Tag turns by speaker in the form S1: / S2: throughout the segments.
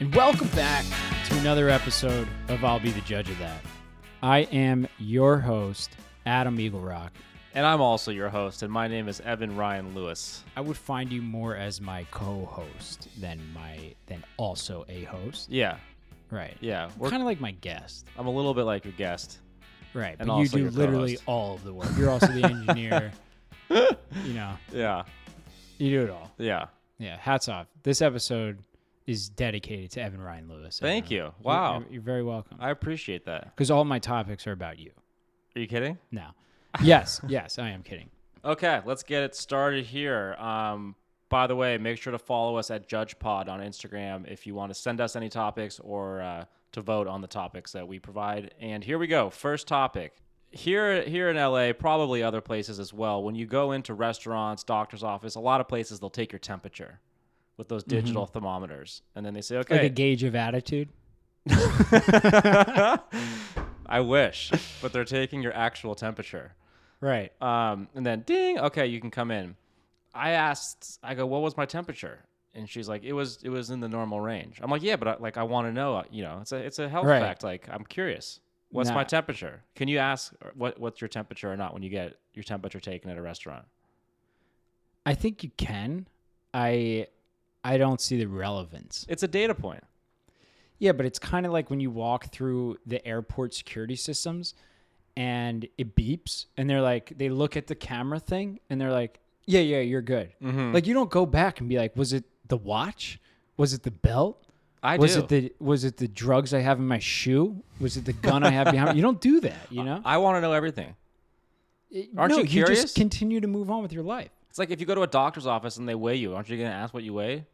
S1: And welcome back to another episode of I'll Be the Judge of That. I am your host, Adam Eagle Rock.
S2: And I'm also your host, and my name is Evan Ryan Lewis.
S1: I would find you more as my co-host than my than also a host.
S2: Yeah,
S1: Right.
S2: yeah. We're,
S1: Kind of like my guest.
S2: I'm a little bit like your guest.
S1: Right.
S2: And
S1: but you
S2: also
S1: do
S2: your
S1: literally
S2: co-host.
S1: all of the work. You're also the engineer. you know,
S2: Yeah,
S1: you do it all.
S2: yeah.
S1: Yeah, hats off. This episode is dedicated to Evan Ryan Lewis.
S2: Thank
S1: Everyone.
S2: you. Wow.
S1: You're, you're very welcome.
S2: I appreciate that.
S1: Because all my topics are about you
S2: Are you kidding?
S1: now. Yes, yes, I am kidding.
S2: Okay, let's get it started here. Um, by the way, make sure to follow us at JudgePod on Instagram if you want to send us any topics or uh, to vote on the topics that we provide. And here we go. First topic. Here, here in LA, probably other places as well. When you go into restaurants, doctor's office, a lot of places they'll take your temperature with those digital thermometers, and then they say, "Okay,
S1: Mm-hmm. Like a gauge of attitude.
S2: I wish," but they're taking your actual temperature.
S1: Right.
S2: Um, and then ding, okay, you can come in. I asked, I go, what was my temperature? And she's like, it was, it was in the normal range. I'm like, yeah, but I, like, I want to know, uh, you know, it's a, it's a health
S1: Right.
S2: fact. Like, I'm curious. What's my
S1: Nah.
S2: temperature? Can you ask uh, what, what's your temperature or not when you get your temperature taken at a restaurant?
S1: I think you can. I I don't see the relevance.
S2: It's a data point.
S1: Yeah, but it's kind of like when you walk through the airport security systems and it beeps and they're like they look at the camera thing and they're like, "Yeah, yeah, you're good."
S2: Mm-hmm.
S1: Like you don't go back and be like, "Was it the watch? Was it the belt?
S2: I
S1: was
S2: do.
S1: it the was it the drugs I have in my shoe? Was it the gun I have behind?" me?" You don't do that, you know?
S2: I want to know everything.
S1: It-
S2: aren't
S1: no,
S2: you
S1: You
S2: curious?
S1: just continue to move on with your life.
S2: It's like if you go to a doctor's office and they weigh you, aren't you going to ask what you weigh?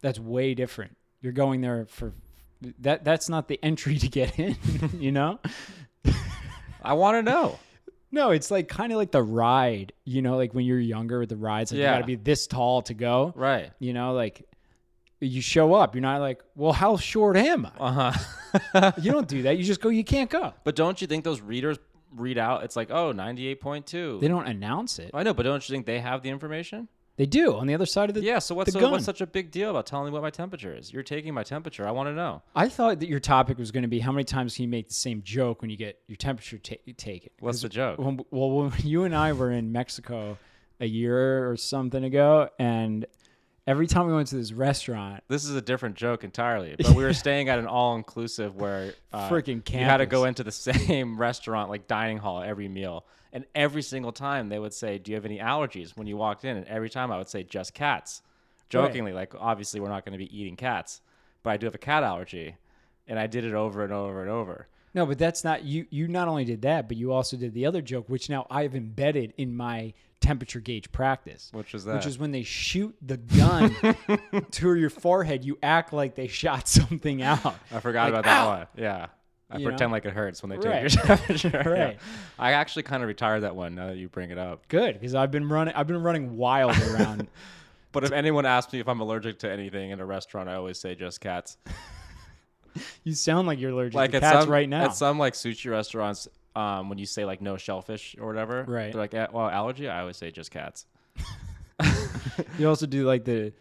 S1: that's way different. You're going there for that. That's not the entry to get in. you know?
S2: I want to know.
S1: No, it's like kind of like the ride. You know, like when you're younger with the rides, like you
S2: Yeah.
S1: got to be this tall to go.
S2: right.
S1: You know, like you show up. You're not like, well, how short am I?
S2: Uh huh.
S1: you don't do that. You just go. You can't go.
S2: But don't you think those readers read out? It's like, oh, 98.2.
S1: They don't announce it.
S2: I know, but don't you think they have the information?
S1: They do on the other side of the.
S2: Yeah. So what's
S1: the
S2: so,
S1: gun.
S2: what's such a big deal about telling me what my temperature is? You're taking my temperature. I want to know.
S1: I thought that your topic was going to be how many times can you make the same joke when you get your temperature ta- taken.
S2: What's the joke?
S1: when, well, when you and I were in Mexico a year or something ago, and every time we went to this restaurant,
S2: This is a different joke entirely. But we were staying at an all-inclusive where uh,
S1: Freaking
S2: you had to go
S1: campus.
S2: into the same restaurant, like dining hall, every meal, and every single time they would say, "Do you have any allergies?" When you walked in, and every time I would say, "Just cats," jokingly, like obviously we're not going to be eating cats, but I do have a cat allergy, and I did it over and over and over.
S1: no, but that's not you. You not only did that, but you also did the other joke, which now I've embedded in my temperature gauge practice.
S2: Which was
S1: Which
S2: that?
S1: is when they shoot the gun to your forehead, you act like they shot something out.
S2: I forgot
S1: Like,
S2: about that
S1: "Ow!"
S2: one. Yeah. I
S1: You
S2: pretend
S1: know?
S2: like it hurts when they
S1: Right.
S2: take your temperature. Yeah.
S1: Right.
S2: I actually kind of retired that one now that you bring it up.
S1: Good, because I've been running. I've been running wild around.
S2: But if anyone asks me if I'm allergic to anything in a restaurant, I always say just cats.
S1: you sound like you're allergic
S2: Like
S1: to
S2: at
S1: cats
S2: some,
S1: right now.
S2: At some like sushi restaurants, um, when you say like no shellfish or whatever,
S1: Right.
S2: They're like, "Eh, well, allergy. I always say just cats.
S1: You also do like the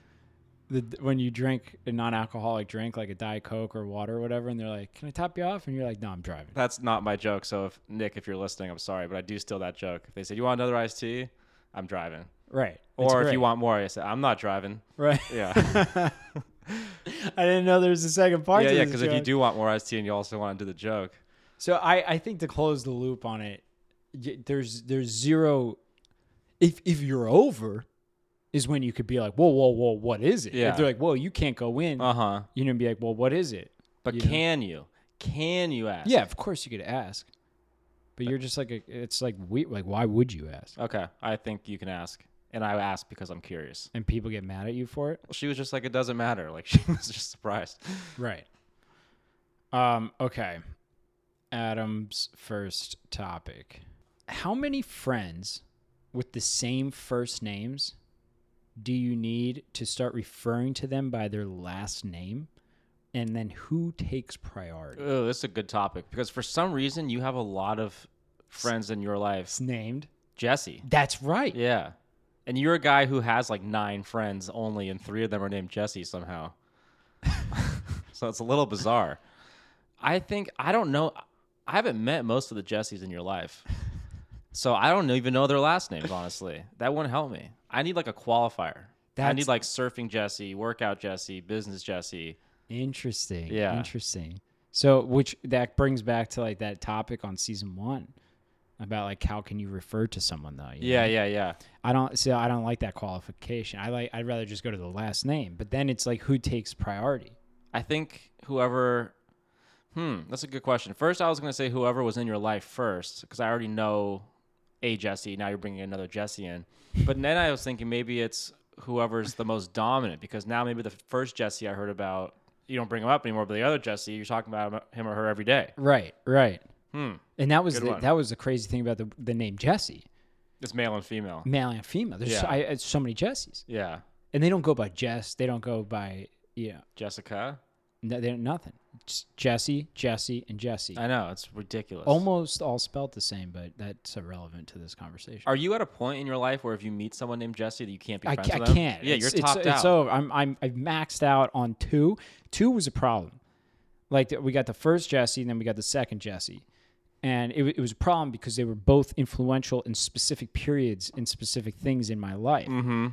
S1: the when you drink a non-alcoholic drink like a diet coke or water or whatever, and they're like, "Can I top you off?" And you're like, "No, I'm driving."
S2: That's not my joke. So if Nick, if you're listening, I'm sorry, but I do steal that joke. If they say you want another iced tea, I'm driving.
S1: Right. It's
S2: Or if
S1: great.
S2: you want more, I say I'm not driving.
S1: right.
S2: Yeah,
S1: I didn't know there was a second part.
S2: yeah,
S1: to
S2: yeah.
S1: this
S2: Because if you
S1: joke.
S2: do want more iced tea and you also want to do the joke,
S1: so I I think to close the loop on it, y- there's there's zero. If if you're over, is when you could be like, "Whoa, whoa, whoa, what is it?"
S2: Yeah.
S1: If they're like, "Whoa, you can't go in,"
S2: uh huh.
S1: you're gonna be like, "Well, what is it?"
S2: But
S1: you know?
S2: can you? Can you ask?
S1: Yeah, of course you could ask, but you're just like a, it's like we like why would you ask?
S2: Okay. I think you can ask. And I asked because I'm curious.
S1: and people get mad at you for it.
S2: She was just like, it doesn't matter. Like, she was just surprised.
S1: Right. Um, okay. Adam's first topic. How many friends with the same first names do you need to start referring to them by their last name? And then who takes priority?
S2: Oh, this is a good topic because for some reason you have a lot of friends in your life.
S1: It's named.
S2: Jesse.
S1: That's right.
S2: Yeah. And you're a guy who has like nine friends only, and three of them are named Jesse somehow. so it's a little bizarre. I think I don't know. I haven't met most of the Jessies in your life, so I don't even know their last names. Honestly, that wouldn't help me. I need like a qualifier. I
S1: That's-
S2: need like surfing Jesse, workout Jesse, business Jesse.
S1: Interesting.
S2: Yeah.
S1: Interesting. So, which that brings back to like that topic on season one about like how can you refer to someone though? you
S2: Yeah,
S1: know?
S2: yeah, yeah.
S1: I don't. So I don't like that qualification. I like. I'd rather just go to the last name. But then it's like who takes priority?
S2: I think whoever. Hmm, that's a good question. First, I was going to say whoever was in your life first, because I already know a Jesse. Now you're bringing another Jesse in. But then I was thinking maybe it's whoever's the most dominant, because now maybe the first Jesse I heard about, you don't bring him up anymore, but the other Jesse, you're talking about him- him or her every day.
S1: Right. Right.
S2: Hmm,
S1: And that was
S2: Good
S1: the,
S2: one.
S1: that was the crazy thing about the the name Jesse,
S2: it's male and female.
S1: male and female. There's so-
S2: Yeah.
S1: I, it's so many Jessies,
S2: Yeah.
S1: and they don't go by Jess. They don't go by you know
S2: Jessica.
S1: no, they're nothing. Just Jesse, Jesse, and Jesse.
S2: I know it's ridiculous.
S1: Almost all spelled the same, but that's irrelevant to this conversation.
S2: Are you at a point in your life where if you meet someone named Jesse that you can't be
S1: I,
S2: friends
S1: ca- I
S2: with them?
S1: can't.
S2: Yeah,
S1: it's,
S2: you're
S1: it's-
S2: topped
S1: it's,
S2: out.
S1: over. I'm, I'm, I've maxed out on two. Two was a problem. Like th- we got the first Jesse, and then we got the second Jesse, and it, wa- it was a problem because they were both influential in specific periods in specific things in my life.
S2: mm-hmm.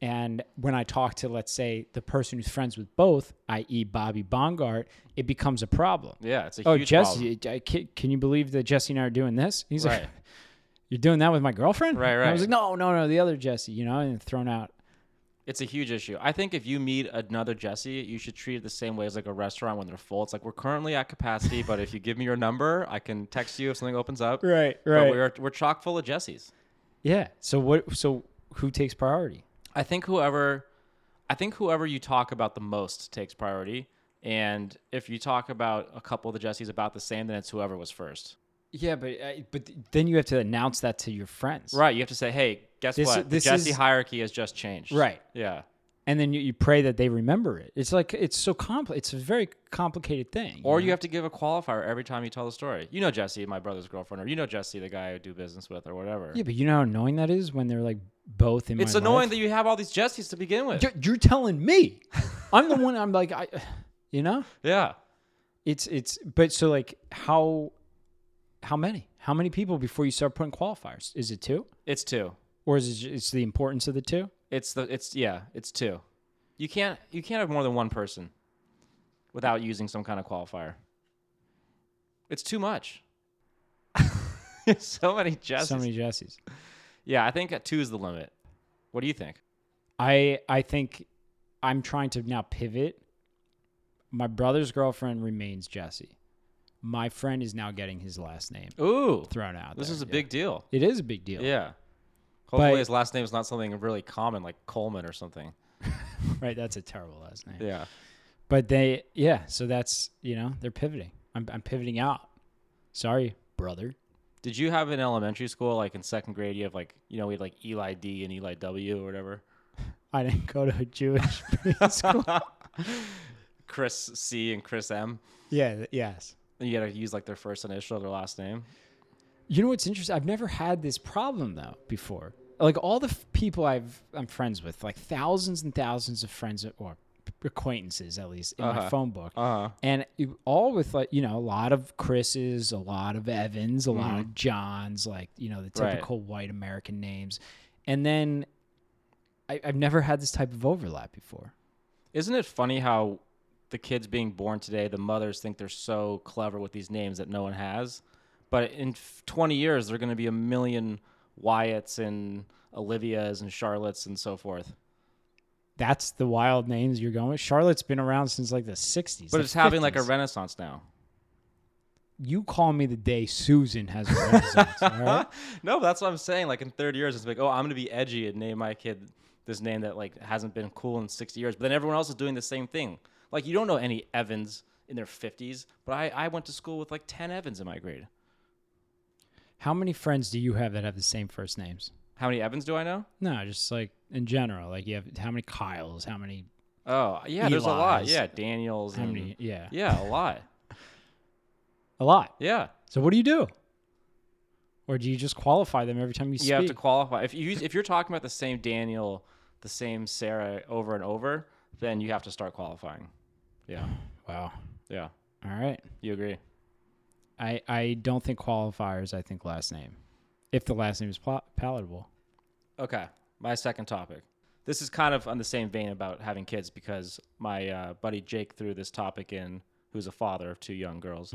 S1: And when I talk to, let's say, the person who's friends with both, i.e., Bobby Bongart, it becomes a problem.
S2: Yeah, it's a
S1: Oh,
S2: huge problem.
S1: Jesse, I, can, can you believe that Jesse and I are doing this? He's like,
S2: Right.
S1: you're doing that with my girlfriend?
S2: Right,
S1: And I was like,
S2: right.
S1: no, no, no, the other Jesse, you know, and thrown out.
S2: It's a huge issue. I think if you meet another Jesse, you should treat it the same way as like a restaurant when they're full. It's like we're currently at capacity, but if you give me your number, I can text you if something opens up.
S1: Right,
S2: But we're we're chock full of Jessies.
S1: Yeah. So what? So who takes priority?
S2: I think whoever I think whoever you talk about the most takes priority. And if you talk about a couple of the Jessies about the same, then it's whoever was first.
S1: Yeah, but uh, but then you have to announce that to your friends,
S2: Right. You have to say, hey, guess
S1: This-
S2: what?
S1: this
S2: the Jesse
S1: is-
S2: hierarchy has just changed.
S1: Right.
S2: Yeah.
S1: And then you, you pray that they remember it. It's like it's so compli It's a very complicated thing.
S2: Or
S1: know?
S2: you have to give a qualifier every time you tell the story. You know Jesse, my brother's girlfriend, or you know Jesse, the guy I do business with, or whatever.
S1: yeah, but you know how annoying that is when they're like both in.
S2: It's
S1: my
S2: annoying
S1: life?
S2: that you have all these Jessies to begin with.
S1: you're, you're telling me. I'm the one. I'm like I, you know,
S2: yeah.
S1: it's it's. But so like how, how many? How many people before you start putting qualifiers? Is it two,
S2: It's two.
S1: or is it ju- it's the importance of the two?
S2: It's the it's yeah, it's two. You can't you can't have more than one person without using some kind of qualifier. It's too much. so many Jessies.
S1: So many Jessies.
S2: Yeah, I think two is the limit. What do you think?
S1: I I think I'm trying to now pivot. My brother's girlfriend remains Jesse. My friend is now getting his last name
S2: Ooh.
S1: thrown out.
S2: This
S1: there.
S2: is a
S1: Yeah.
S2: big deal.
S1: It is a big deal,
S2: Yeah. Hopefully
S1: But-
S2: his last name is not something really common like Coleman or something.
S1: right? That's a terrible last name.
S2: Yeah.
S1: But they, yeah. So that's you know they're pivoting. I'm I'm pivoting out. Sorry, brother.
S2: Did you have in elementary school, like in second grade, you have like, you know, we had like Eli D and Eli W or whatever?
S1: I didn't go to a Jewish preschool.
S2: Chris C and Chris M.
S1: yeah. th- Yes.
S2: And you gotta use like their first initial, their last name.
S1: You know what's interesting? I've never had this problem though before. Like all the f- people I've I'm friends with, like thousands and thousands of friends or acquaintances at least in my
S2: Uh-huh.
S1: phone book,
S2: Uh huh.
S1: and it, all with like you know a lot of Chris's, a lot of Evans, a lot of Johns, like you know the
S2: Mm-hmm. Right.
S1: typical white American names, and then I, I've never had this type of overlap before.
S2: Isn't it funny how the kids being born today, the mothers think they're so clever with these names that no one has? But in f- 20 years, there are gonna be a million Wyatts and Olivias and Charlottes and so forth.
S1: That's the wild names you're going with. Charlotte's been around since like the '60s,
S2: But
S1: the
S2: it's having like a
S1: 50s.
S2: renaissance now.
S1: you call me the day Susan has a renaissance. all right?
S2: No, but that's what I'm saying. Like in 30 years, it's like, oh, I'm gonna be edgy and name my kid this name that like hasn't been cool in 60 years. But then everyone else is doing the same thing. Like you don't know any Evans in their 50s, but I, I went to school with like 10 Evans in my grade.
S1: How many friends do you have that have the same first names?
S2: How many Evans do I know?
S1: No, just like in general, like you have how many Kyles, how many,
S2: Oh yeah, there's a lot.
S1: Eli's.
S2: Yeah, Daniels.
S1: how
S2: and-
S1: many, yeah,
S2: Mm. Yeah, a lot.
S1: a lot.
S2: Yeah,
S1: So what do you do? Or do you just qualify them every time you, speak?
S2: you have to qualify. If you use- if you're talking about the same Daniel, the same Sarah over and over, then you have to start qualifying. Yeah.
S1: Wow.
S2: Yeah.
S1: All right.
S2: You agree?
S1: I I don't think qualifiers. I think last name, if the last name is pla- palatable.
S2: Okay. My second topic. This is kind of on the same vein about having kids because my uh, buddy Jake threw this topic in, who's a father of two young girls.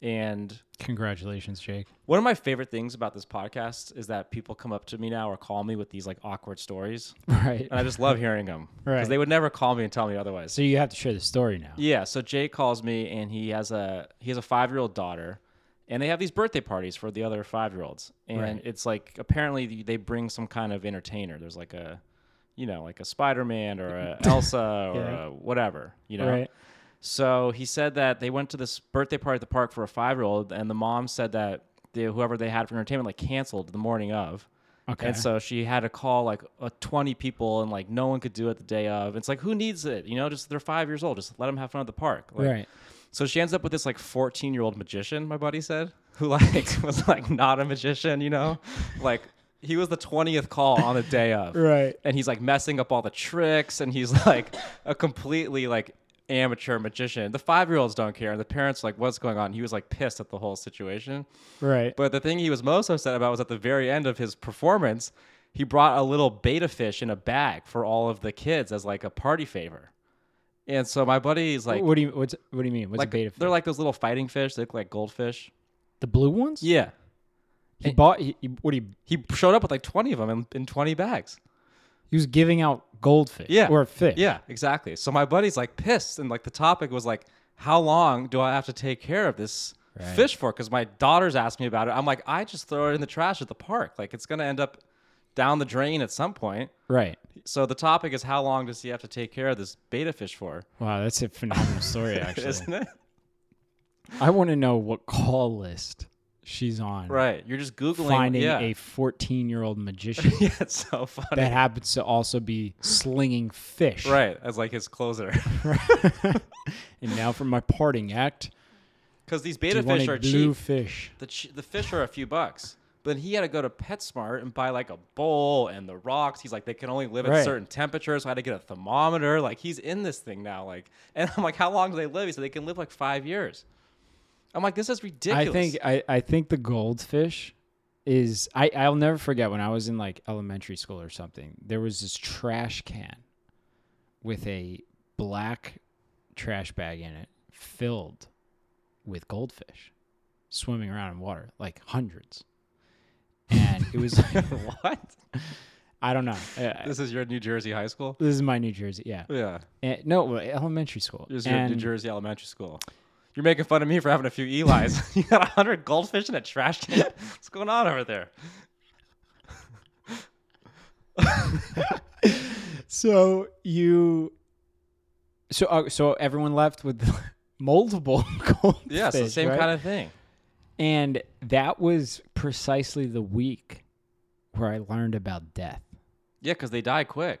S2: And
S1: Congratulations, Jake.
S2: one of my favorite things about this podcast is that people come up to me now or call me with these like awkward stories.
S1: Right.
S2: And I just love hearing them because
S1: Right.
S2: they would never call me and tell me otherwise.
S1: So you have to share the story now.
S2: Yeah, so Jay calls me and he has a he has a five year old daughter, and they have these birthday parties for the other five year olds, and
S1: Right.
S2: it's like apparently th- they bring some kind of entertainer. There's like a, you know, like a Spider Man or a Elsa or
S1: Yeah.
S2: a whatever, you know.
S1: Right.
S2: So he said that they went to this birthday party at the park for a five year old, and the mom said that the, whoever they had for entertainment like canceled the morning of.
S1: Okay.
S2: And so she had to call like uh, 20 people, and like no one could do it the day of. It's like, who needs it? You know, just they're five years old. Just let them have fun at the park. Like,
S1: right.
S2: So she ends up with this like 14 year old magician, my buddy said, who like was like not a magician, you know? Like he was the 20th call on the day of.
S1: Right.
S2: And he's like messing up all the tricks, and he's like a completely like amateur magician. The five year olds don't care, and the parents are like, what's going on? He was like pissed at the whole situation.
S1: Right.
S2: But the thing he was most upset about was at the very end of his performance, he brought a little beta fish in a bag for all of the kids as like a party favor. And so my buddy's like,
S1: what do you what's what do you mean? What's
S2: like
S1: a beta fish?
S2: they're like those little fighting fish. They look like goldfish.
S1: the blue ones?
S2: Yeah,
S1: He bought he, he what he
S2: he showed up with like twenty of them in, in twenty bags.
S1: he was giving out goldfish
S2: Yeah,
S1: or fish.
S2: Yeah, exactly. So my buddy's like pissed, and like the topic was like, how long do I have to take care of this
S1: Right.
S2: fish for? Because my daughters asked me about it. I'm like, I just throw it in the trash at the park. Like it's gonna end up down the drain at some point.
S1: Right.
S2: So the topic is how long does he have to take care of this beta fish for?
S1: Wow, that's a phenomenal story actually.
S2: Isn't it?
S1: I want to know what call list she's on.
S2: Right. You're just googling
S1: Finding
S2: yeah.
S1: a 14-year-old magician
S2: yeah, it's so funny.
S1: that happens to also be slinging fish.
S2: right, as like his closer.
S1: And now for my parting act,
S2: Because these
S1: do
S2: beta
S1: you want
S2: fish
S1: a
S2: are
S1: blue
S2: cheap.
S1: fish?
S2: The, ch- the fish are a few bucks. But then he had to go to PetSmart and buy like a bowl and the rocks. He's like, they can only live
S1: Right.
S2: at certain temperatures. So I had to get a thermometer. Like he's in this thing now. Like, and I'm like, how long do they live? He said they can live like five years. I'm like, this is ridiculous.
S1: I think I, I think the goldfish is I, I'll never forget when I was in like elementary school or something, there was this trash can with a black trash bag in it filled with goldfish swimming around in water, like hundreds. And it was
S2: what?
S1: I don't know. Uh,
S2: This is your New Jersey high school.
S1: This is my New Jersey, yeah.
S2: Yeah,
S1: And, no, well, elementary school.
S2: this is your New
S1: And-
S2: Jersey elementary school. You're making fun of me for having a few Eli's. you got a hundred goldfish in a trash can. What's going on over there?
S1: So you, so uh, so everyone left with multiple goldfish.
S2: Yeah, it's the same kind of thing.
S1: And that was precisely the week where I learned about death.
S2: Yeah, because they die quick.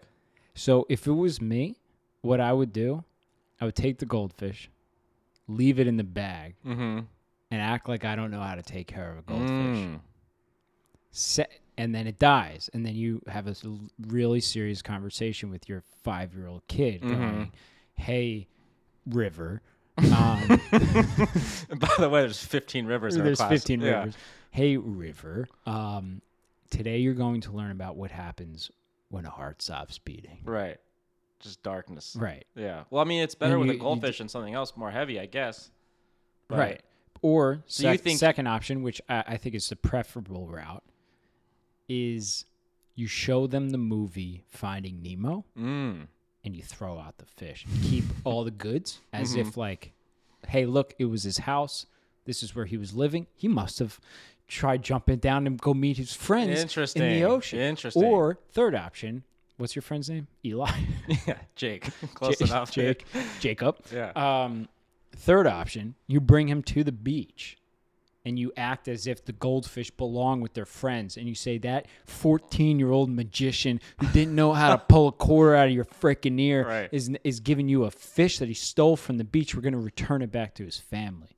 S1: So if it was me, what I would do, I would take the goldfish, leave it in the bag,
S2: Mm-hmm. Mm.
S1: and act like I don't know how to take care of a goldfish. Se- and then it dies, and then you have a s- really serious conversation with your five-year-old kid,
S2: Mm-hmm.
S1: going, "Hey, River." Um,
S2: And by the way, there's 15 rivers. in our
S1: There's
S2: class.
S1: 15
S2: Yeah.
S1: rivers. Hey, River. Um, today you're going to learn about what happens when a heart stops beating.
S2: Right. Just darkness.
S1: Right.
S2: Yeah. Well, I mean, it's better
S1: Then
S2: with
S1: you-
S2: a
S1: you d-
S2: goldfish and something else more heavy, I guess. But-
S1: Right. Or
S2: So you
S1: sec-
S2: think-
S1: second option, which I, I think is the preferable route, is you show them the movie Finding Nemo
S2: Mm.
S1: and you throw out the fish. Keep all the goods as
S2: Mm-hmm.
S1: if like, hey, look, it was his house. This is where he was living. He must have tried jumping down and go meet his friends in
S2: Interesting.
S1: the ocean.
S2: Interesting.
S1: Or third option, what's your friend's name? Eli.
S2: Yeah. Jake. Close
S1: Ja-
S2: enough.
S1: Jake. Jacob.
S2: Yeah.
S1: Um, third option, you bring him to the beach. And you act as if the goldfish belong with their friends, and you say that fourteen-year-old magician who didn't know how to pull a quarter out of your freaking ear
S2: Right.
S1: is is giving you a fish that he stole from the beach. We're gonna return it back to his family.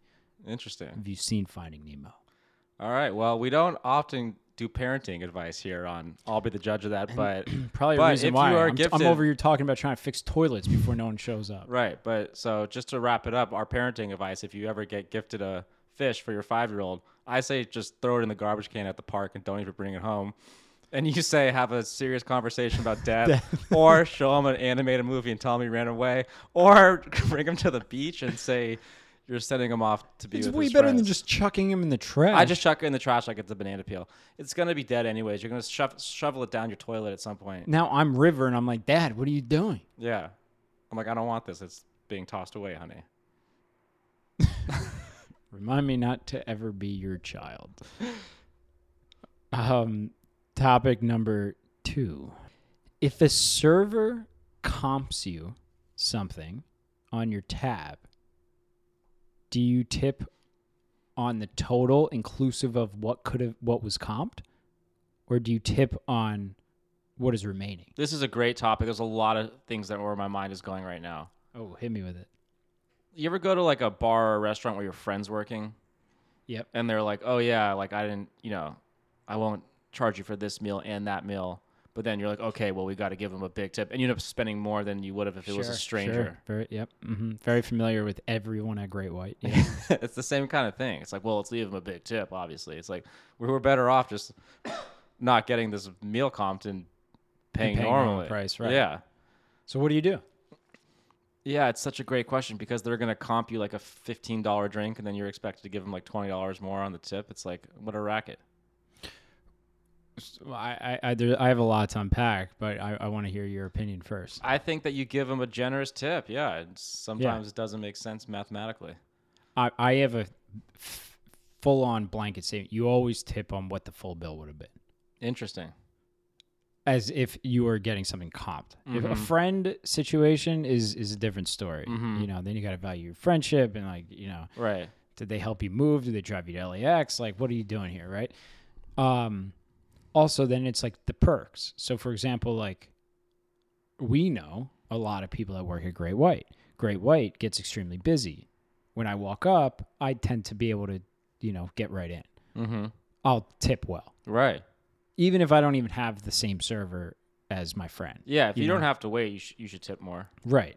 S2: Interesting.
S1: Have you seen Finding Nemo?
S2: All right. Well, we don't often do parenting advice here on. I'll be the judge of that, but
S1: Probably
S2: But
S1: a reason
S2: if
S1: why
S2: you are
S1: I'm, I'm
S2: gifted-
S1: over here talking about trying to fix toilets before no one shows up.
S2: right. But so just to wrap it up, our parenting advice: if you ever get gifted a fish for your five-year-old, I say just throw it in the garbage can at the park and don't even bring it home. And you say have a serious conversation about death, or show him an animated movie and tell him he ran away, or bring him to the beach and say you're sending him off to be.
S1: It's
S2: with
S1: way
S2: his
S1: better than
S2: friends.
S1: just chucking him in the trash.
S2: I just chuck it in the trash like it's a banana peel. It's gonna be dead anyways. You're gonna shove, shovel it down your toilet at some point.
S1: now I'm River and I'm like, Dad, what are you doing?
S2: Yeah, I'm like, I don't want this. It's being tossed away, honey.
S1: Remind me not to ever be your child. um, topic number two. If a server comps you something on your tab, do you tip on the total inclusive of what could have what was comped? Or do you tip on what is remaining?
S2: This is a great topic. There's a lot of things that where my mind is going right now.
S1: Oh, hit me with it.
S2: You ever go to like a bar or a restaurant where your friend's working?
S1: Yep.
S2: And they're like, oh yeah, like I didn't, you know, I won't charge you for this meal and that meal. But then you're like, okay, well we got to give them a big tip, and you end up spending more than you would have if it was a
S1: Sure,
S2: stranger.
S1: Sure. Very, yep. hmm Very familiar with everyone at Great White. Yeah.
S2: it's the same kind of thing. It's like, well, let's leave them a big tip. Obviously, it's like we were better off just not getting this meal comped and paying,
S1: paying normal
S2: normally.
S1: price, right.
S2: Yeah,
S1: so what do you do?
S2: yeah. It's such a great question because they're gonna comp you like a fifteen dollar drink, and then you're expected to give them like twenty dollars more on the tip. It's like what a racket.
S1: Well, I I I, there, I have a lot to unpack, but I, I want to hear your opinion first.
S2: I think that you give them a generous tip. Yeah, it's- sometimes it doesn't make sense mathematically.
S1: I I have a f- full on blanket statement. You always tip on what the full bill would have been,
S2: Interesting.
S1: as if you were getting something comped. If a friend situation is is a different story. You know, then you got to value your friendship and like you know,
S2: Right.
S1: Did they help you move? Did they drive you to LAX? Like, what are you doing here, right? Um, also, then it's like the perks. So, for example, like we know a lot of people that work at Great White. Great White gets extremely busy. When I walk up, I tend to be able to, you know, get right in.
S2: Mm-hmm.
S1: I'll tip well,
S2: Right.
S1: even if I don't even have the same server as my friend.
S2: Yeah. If you,
S1: You
S2: don't have to wait, you, sh- you should tip more.
S1: Right.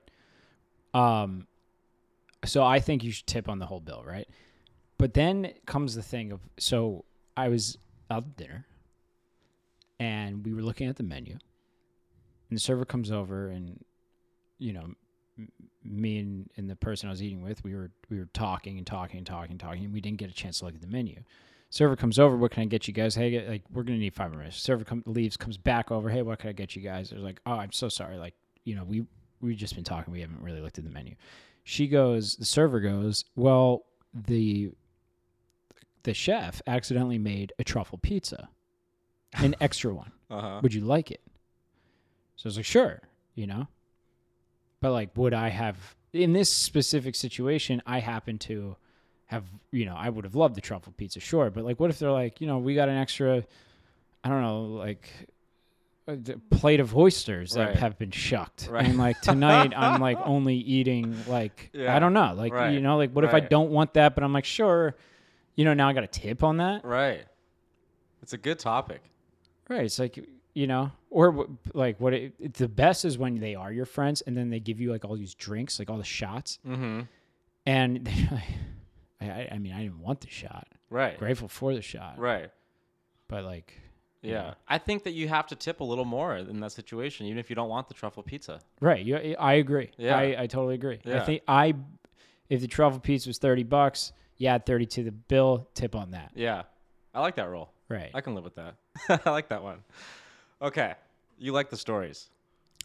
S1: Um so I think you should tip on the whole bill, right? But then comes the thing of so I was out to dinner and we were looking at the menu and the server comes over and you know m- me and, and the person I was eating with we were we were talking and talking and talking and talking and we didn't get a chance to look at the menu. Server comes over, what can I get you guys? Hey, like we're gonna need five more minutes. Server comes leaves, comes back over. Hey, what can I get you guys? They're like, oh, I'm so sorry. Like you know we we've just been talking. We haven't really looked at the menu. She goes, the server goes, well the the chef accidentally made a truffle pizza, an extra one
S2: Uh huh.
S1: would you like it? So I was like, sure, you know. But like, would I have in this specific situation? I happen to have, you know, I would have loved the truffle pizza, sure. But like, what if they're like, you know, we got an extra, I don't know, like a d- plate of oysters that
S2: Right.
S1: have been shucked,
S2: Right.
S1: and like tonight I'm like only eating like
S2: Yeah.
S1: I don't know, like
S2: Right.
S1: you know, like what if I
S2: Right.
S1: don't want that? But I'm like, sure, you know, now I got a tip on that.
S2: Right. It's a good topic.
S1: Right. It's like, you know, or w- like what it, it- the best is when they are your friends and then they give you like all these drinks, like all the shots.
S2: Mm-hmm.
S1: And they're like, I, I- I mean, I didn't want the shot.
S2: Right.
S1: Grateful for the shot.
S2: Right.
S1: But like,
S2: Yeah. I think that you have to tip a little more in that situation, even if you don't want the truffle pizza.
S1: right. You, I- I agree.
S2: Yeah.
S1: I, I totally agree. I
S2: Yeah.
S1: think I, if the truffle piece was 30 bucks, yeah, 30 to the bill, tip on that.
S2: Yeah. I like that rule.
S1: Right.
S2: I can live with that. I like that one. Okay. You like the stories.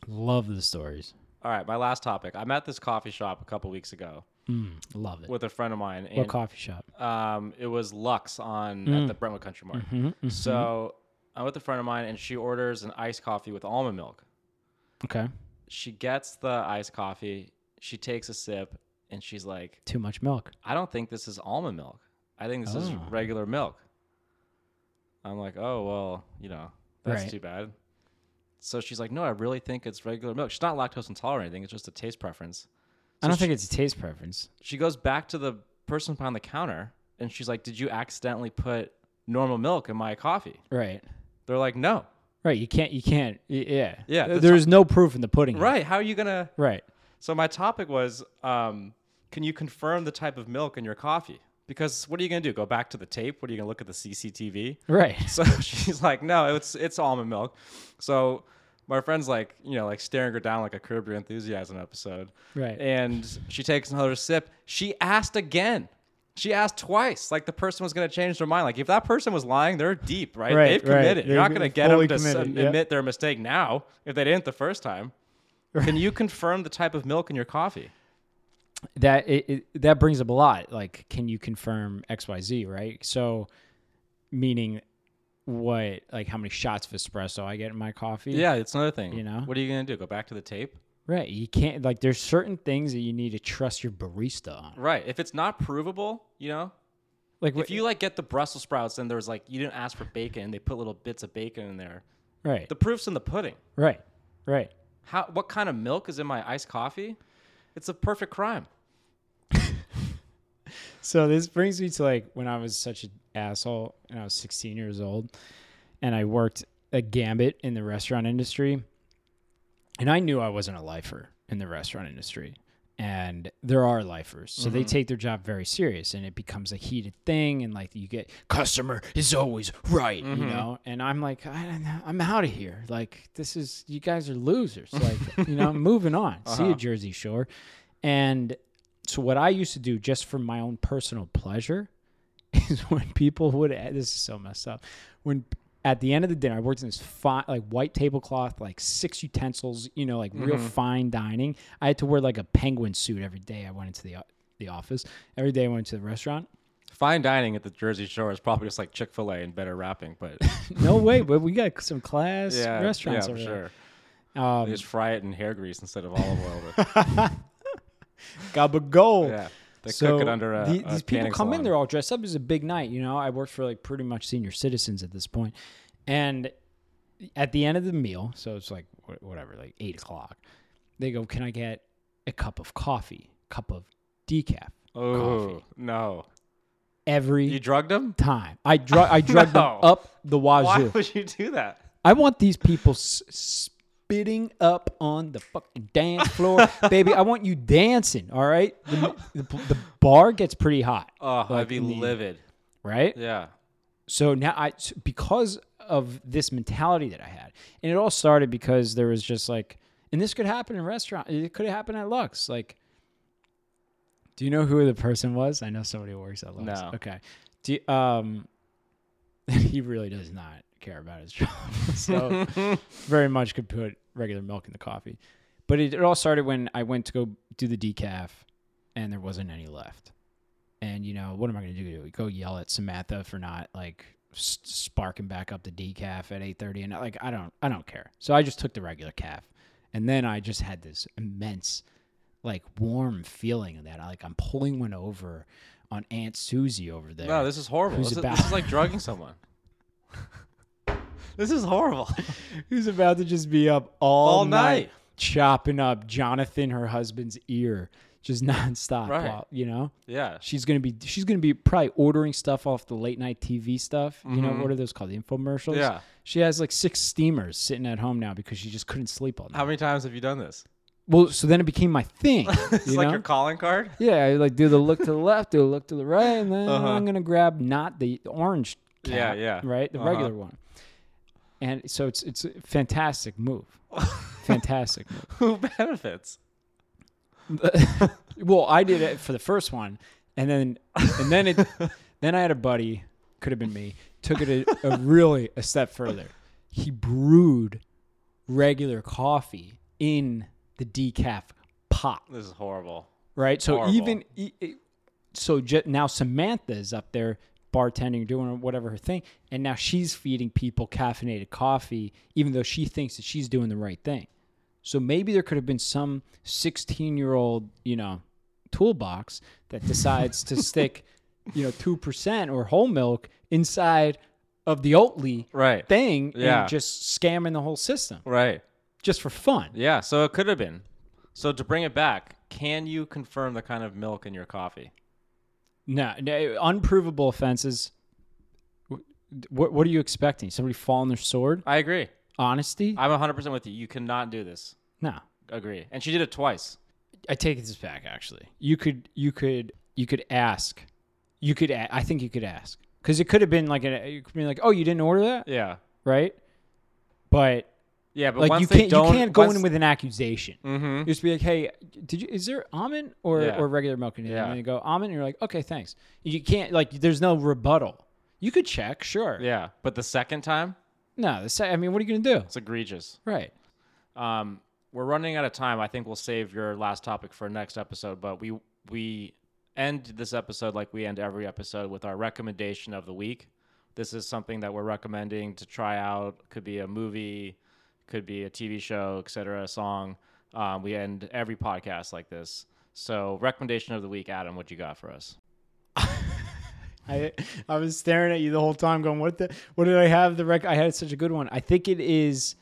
S1: love the stories.
S2: All right. My last topic. I'm at this coffee shop a couple weeks ago
S1: Mm, love it.
S2: with a friend of mine. And
S1: what coffee shop?
S2: um, it was Lux on at the Brentwood Country Mart. So I'm with a friend of mine, and she orders an iced coffee with almond milk.
S1: Okay.
S2: She gets the iced coffee. She takes a sip, and she's like,
S1: Too much milk.
S2: I don't think this is almond milk. I think this is
S1: Oh.
S2: regular milk. I'm like, oh well, you know, that's
S1: Right.
S2: too bad. So she's like, no, I really think it's regular milk. She's not lactose intolerant or anything. It's just a taste preference.
S1: I don't
S2: she-
S1: think it's a taste preference.
S2: She goes back to the person behind the counter and she's like, did you accidentally put normal milk in my coffee.
S1: Right.
S2: They're like, no.
S1: Right. You can't. You can't. y- Yeah.
S2: Yeah,
S1: Th-
S2: that's-
S1: There's no proof in the pudding. here.
S2: Right. How are you going to?
S1: Right.
S2: So my topic was, um, can you confirm the type of milk in your coffee? Because what are you going to do? Go back to the tape? What are you going to look at the CCTV?
S1: Right.
S2: So she's like, no, it's it's almond milk. So my friend's like, you know, like staring her down like a Curb Your Enthusiasm episode.
S1: Right.
S2: And she takes another sip. She asked again. She asked twice. Like the person was going to change their mind. Like if that person was lying, they're deep, right?
S1: Right,
S2: They've
S1: right.
S2: committed. You're not
S1: They've
S2: going to get them
S1: fully
S2: to s-
S1: committed, yep.
S2: admit their mistake now if they didn't the first time. Can you confirm the type of milk in your coffee?
S1: That it, it, that brings up a lot. Like, can you confirm X Y Z? Right. So, meaning what? Like, how many shots of espresso I get in my coffee?
S2: Yeah, it's another thing.
S1: You know?
S2: what are you going to do? Go back to the tape?
S1: Right. You can't. Like, there's certain things that you need to trust your barista on.
S2: Right. If it's not provable, you know,
S1: Like,
S2: If you like get the Brussels sprouts and there's like you didn't ask for bacon and they put little bits of bacon in there,
S1: Right.
S2: the proof's in the pudding.
S1: right. Right.
S2: How what kind of milk is in my iced coffee? It's a perfect crime.
S1: So this brings me to like when I was such an asshole and I was 16 years old and I worked a gambit in the restaurant industry. And I knew I wasn't a lifer in the restaurant industry. And there are lifers. So they take their job very serious and it becomes a heated thing. And like you get customer is always right, you know? And I'm like, I don't know, I'm out of here. Like this is, you guys are losers. Like, you know, I'm moving on. See you, Jersey Shore. And so what I used to do just for my own personal pleasure is when people would this is so messed up. When at the end of the dinner, I worked in this fine like white tablecloth, like six utensils, you know, like real
S2: Mm-hmm.
S1: fine dining. I had to wear like a penguin suit every day I went into the o- the office. Every day I went to the restaurant.
S2: Fine dining at the Jersey Shore is probably just like Chick Fil A and better wrapping, but
S1: No way, but we got some class
S2: yeah,
S1: restaurants
S2: yeah, for
S1: over there.
S2: sure. They just fry it in hair grease instead of olive oil. But
S1: Gabagool.
S2: yeah, they cook it under a,
S1: the-
S2: a
S1: these people
S2: tanning
S1: come in
S2: salon.
S1: they're all dressed up it's a big night you know i worked for like pretty much senior citizens at this point and at the end of the meal so it's like wh- whatever like eight o'clock they go can i get a cup of coffee cup of decaf
S2: Oh
S1: coffee.
S2: no,
S1: every
S2: you drugged them?
S1: time i drug i drugged
S2: No.
S1: them up the
S2: Why
S1: wazoo
S2: would you do that?
S1: i want these people s- spitting up on the fucking dance floor baby i want you dancing all right the, the, the bar gets pretty hot
S2: Oh, I'd
S1: Like,
S2: be
S1: in the-
S2: livid.
S1: right
S2: Yeah,
S1: so now I s- because of this mentality that I had, and it all started because there was just like, and this could happen in restaurant. It could happen at Lux. Like, do you know who the person was? I know somebody who works at Lux.
S2: No.
S1: Okay. Do you- um, he really does not care about his job, so very much could put regular milk in the coffee. But it, it all started when I went to go do the decaf, and there wasn't any left and you know what am I going to do? Go yell at Samantha for not like s- sparking back up the decaf at eight thirty, and like I don't, I don't care. So I just took the regular calf, and then I just had this immense, like warm feeling that like I'm pulling one over on Aunt Susie over there.
S2: no, this is horrible.
S1: Who's
S2: This is,
S1: about-
S2: this is like drugging someone. this is horrible.
S1: Who's about to just be up all,
S2: All
S1: night,
S2: night.
S1: chopping up Jonathan, her husband's ear, just nonstop.
S2: Right.
S1: while- you know.
S2: Yeah.
S1: she's gonna be she's gonna be probably ordering stuff off the late night TV stuff. You know what are those called? The infomercials.
S2: Mm-hmm. Yeah.
S1: She has like six steamers sitting at home now because she just couldn't sleep all night.
S2: How many times have you done this?
S1: well, so then it became my thing.
S2: It's
S1: you
S2: like
S1: know?
S2: your calling card.
S1: yeah, I like do the look to the left, do the look to the right, and then I'm gonna grab not the the orange.
S2: Uh-huh. Yeah,
S1: cap,
S2: yeah.
S1: Right, the
S2: Uh-huh.
S1: regular one. And so it's it's a fantastic move. fantastic move.
S2: Who benefits?
S1: well, I did it for the first one, and then and then it then I had a buddy, could have been me, took it a, a really a step further. He brewed regular coffee in the decaf pot,
S2: This is horrible.
S1: right? So
S2: Horrible.
S1: even e- e- so, ju- now Samantha is up there bartending, doing whatever her thing, and now she's feeding people caffeinated coffee, even though she thinks that she's doing the right thing. So maybe there could have been some 16 year old, you know, toolbox that decides to stick, you know, 2% or whole milk inside of the Oatly
S2: Right.
S1: thing
S2: Yeah.
S1: and just scamming the whole system
S2: Right.
S1: just for fun.
S2: Yeah. So it could have been. So to bring it back, can you confirm the kind of milk in your coffee?
S1: No, no unprovable offenses. What What are you expecting? Somebody fall on their sword?
S2: I agree.
S1: Honesty?
S2: I'm 100% with you. You cannot do this.
S1: no.
S2: Agree. And she did it twice.
S1: I take this back. Actually, you could you could you could ask. You could. A- I think you could ask because it could have been like an. It could be like, oh, you didn't order that,
S2: Yeah.
S1: right? But
S2: Yeah, but
S1: like
S2: once
S1: you
S2: they
S1: can't you
S2: don't,
S1: can't go
S2: once-
S1: in with an accusation.
S2: Mhm.
S1: You just be like, hey, did you is there almond or
S2: Yeah.
S1: or regular milk in here?
S2: Yeah.
S1: And they go almond, and you're like, okay, thanks. You can't like. There's no rebuttal. You could check, sure.
S2: Yeah, but the second time,
S1: No, the se- I mean, what are you gonna do?
S2: it's egregious.
S1: Right.
S2: Um, we're running out of time. I think we'll save your last topic for next episode, but we we end this episode like we end every episode with our recommendation of the week. This is something that we're recommending to try out. Could be a movie, could be a TV show, etc. A song. Um, we end every podcast like this. So, recommendation of the week, Adam. What you got for us?
S1: I I was staring at you the whole time, going, "What the? What did I have? The rec? I had such a good one. I think it is.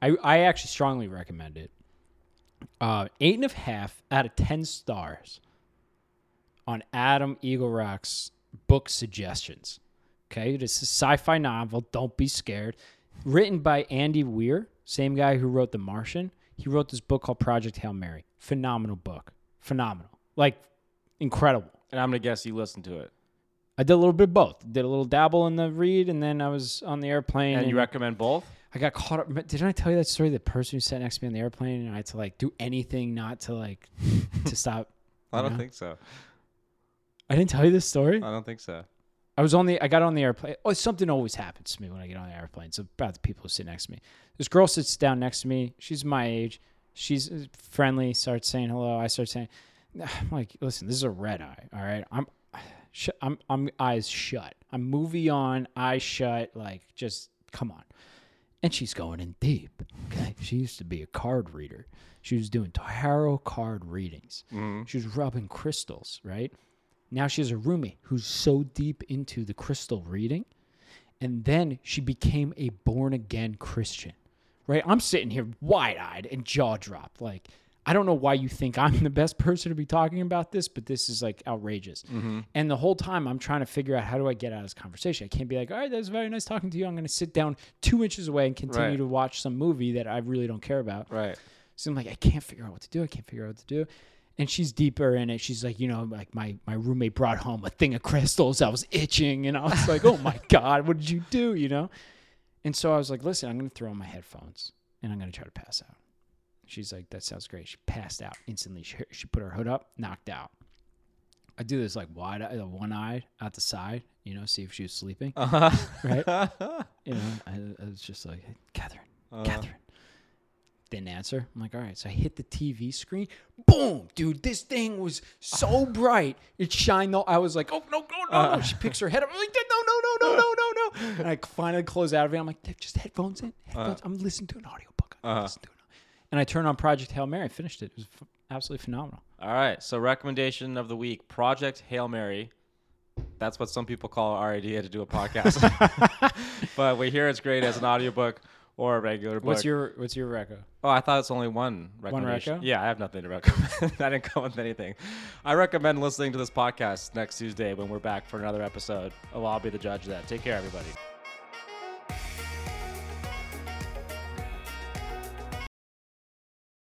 S1: I I actually strongly recommend it. Uh, eight and a half out of ten stars on Adam Eagle Rock's book suggestions. Okay, it is a sci-fi novel. Don't be scared. Written by Andy Weir, same guy who wrote The Martian. He wrote this book called Project Hail Mary. Phenomenal book. Phenomenal. Like incredible.
S2: And I'm gonna guess you listened to it,
S1: I did a little bit of both. Did a little dabble in the read, and then I was on the airplane.
S2: and, you recommend both.
S1: I got caught up. but Didn't I tell you that story? The person who sat next to me on the airplane, and I had to like do anything not to like to stop.
S2: I
S1: don't
S2: think so.
S1: I didn't tell you this story.
S2: I don't think so.
S1: I was on the. I got on the airplane. Oh, something always happens to me when I get on the airplane. It's about the people who sit next to me. This girl sits down next to me. She's my age. She's uh, friendly. Starts saying hello. I start saying, I'm like, listen, this is a red eye. All right, I'm, sh- I'm, I'm eyes shut. I'm movie on, eyes shut. Like, just come on. And she's going in deep. Okay, she used to be a card reader. She was doing tarot card readings. She was rubbing crystals. Right now, she has a roommate who's so deep into the crystal reading and then she became a born again Christian. Right? I'm sitting here wide eyed and jaw dropped. Like, I don't know why you think I'm the best person to be talking about this, but this is like outrageous. And the whole time I'm trying to figure out how do I get out of this conversation. I can't be like, all right, that was very nice talking to you. I'm going to sit down two inches away and continue
S2: Right.
S1: to watch some movie that I really don't care about.
S2: Right.
S1: So I'm like, I can't figure out what to do. I can't figure out what to do. And she's deeper in it. She's like, you know, like my my roommate brought home a thing of crystals. I was itching, and I was like, oh my god, what did you do? You know. And so I was like, listen, I'm gonna throw on my headphones and I'm gonna try to pass out. She's like, that sounds great. She passed out instantly. She, she put her hood up, knocked out. I do this like wide, one eye out the side, you know, see if she was sleeping
S2: Uh-huh.
S1: right? you know, I, I was just like, Catherine, Catherine. Didn't answer. I'm like, all right. So I hit the TV screen. Boom, dude, this thing was so bright. It shined. though. I was like, oh, no, no, no, no. She picks her head up. I'm like, no, no, no, no, no, no, no. And I finally close out of it. I'm like, "Dave, just headphones in. Headphones. I'm listening to an audiobook. I'm listening to an And I turned on Project Hail Mary. I finished it. It was f- absolutely phenomenal.
S2: All right. So recommendation of the week: Project Hail Mary. That's what some people call our idea to do a podcast, but we hear it's great as an audiobook or a regular book.
S1: What's your What's your record?
S2: Oh, I thought it's only one recommendation.
S1: reco?
S2: Yeah, I have nothing to recommend. I didn't come with anything. I recommend listening to this podcast next Tuesday when we're back for another episode. Oh, I'll be the judge of that. Take care, everybody.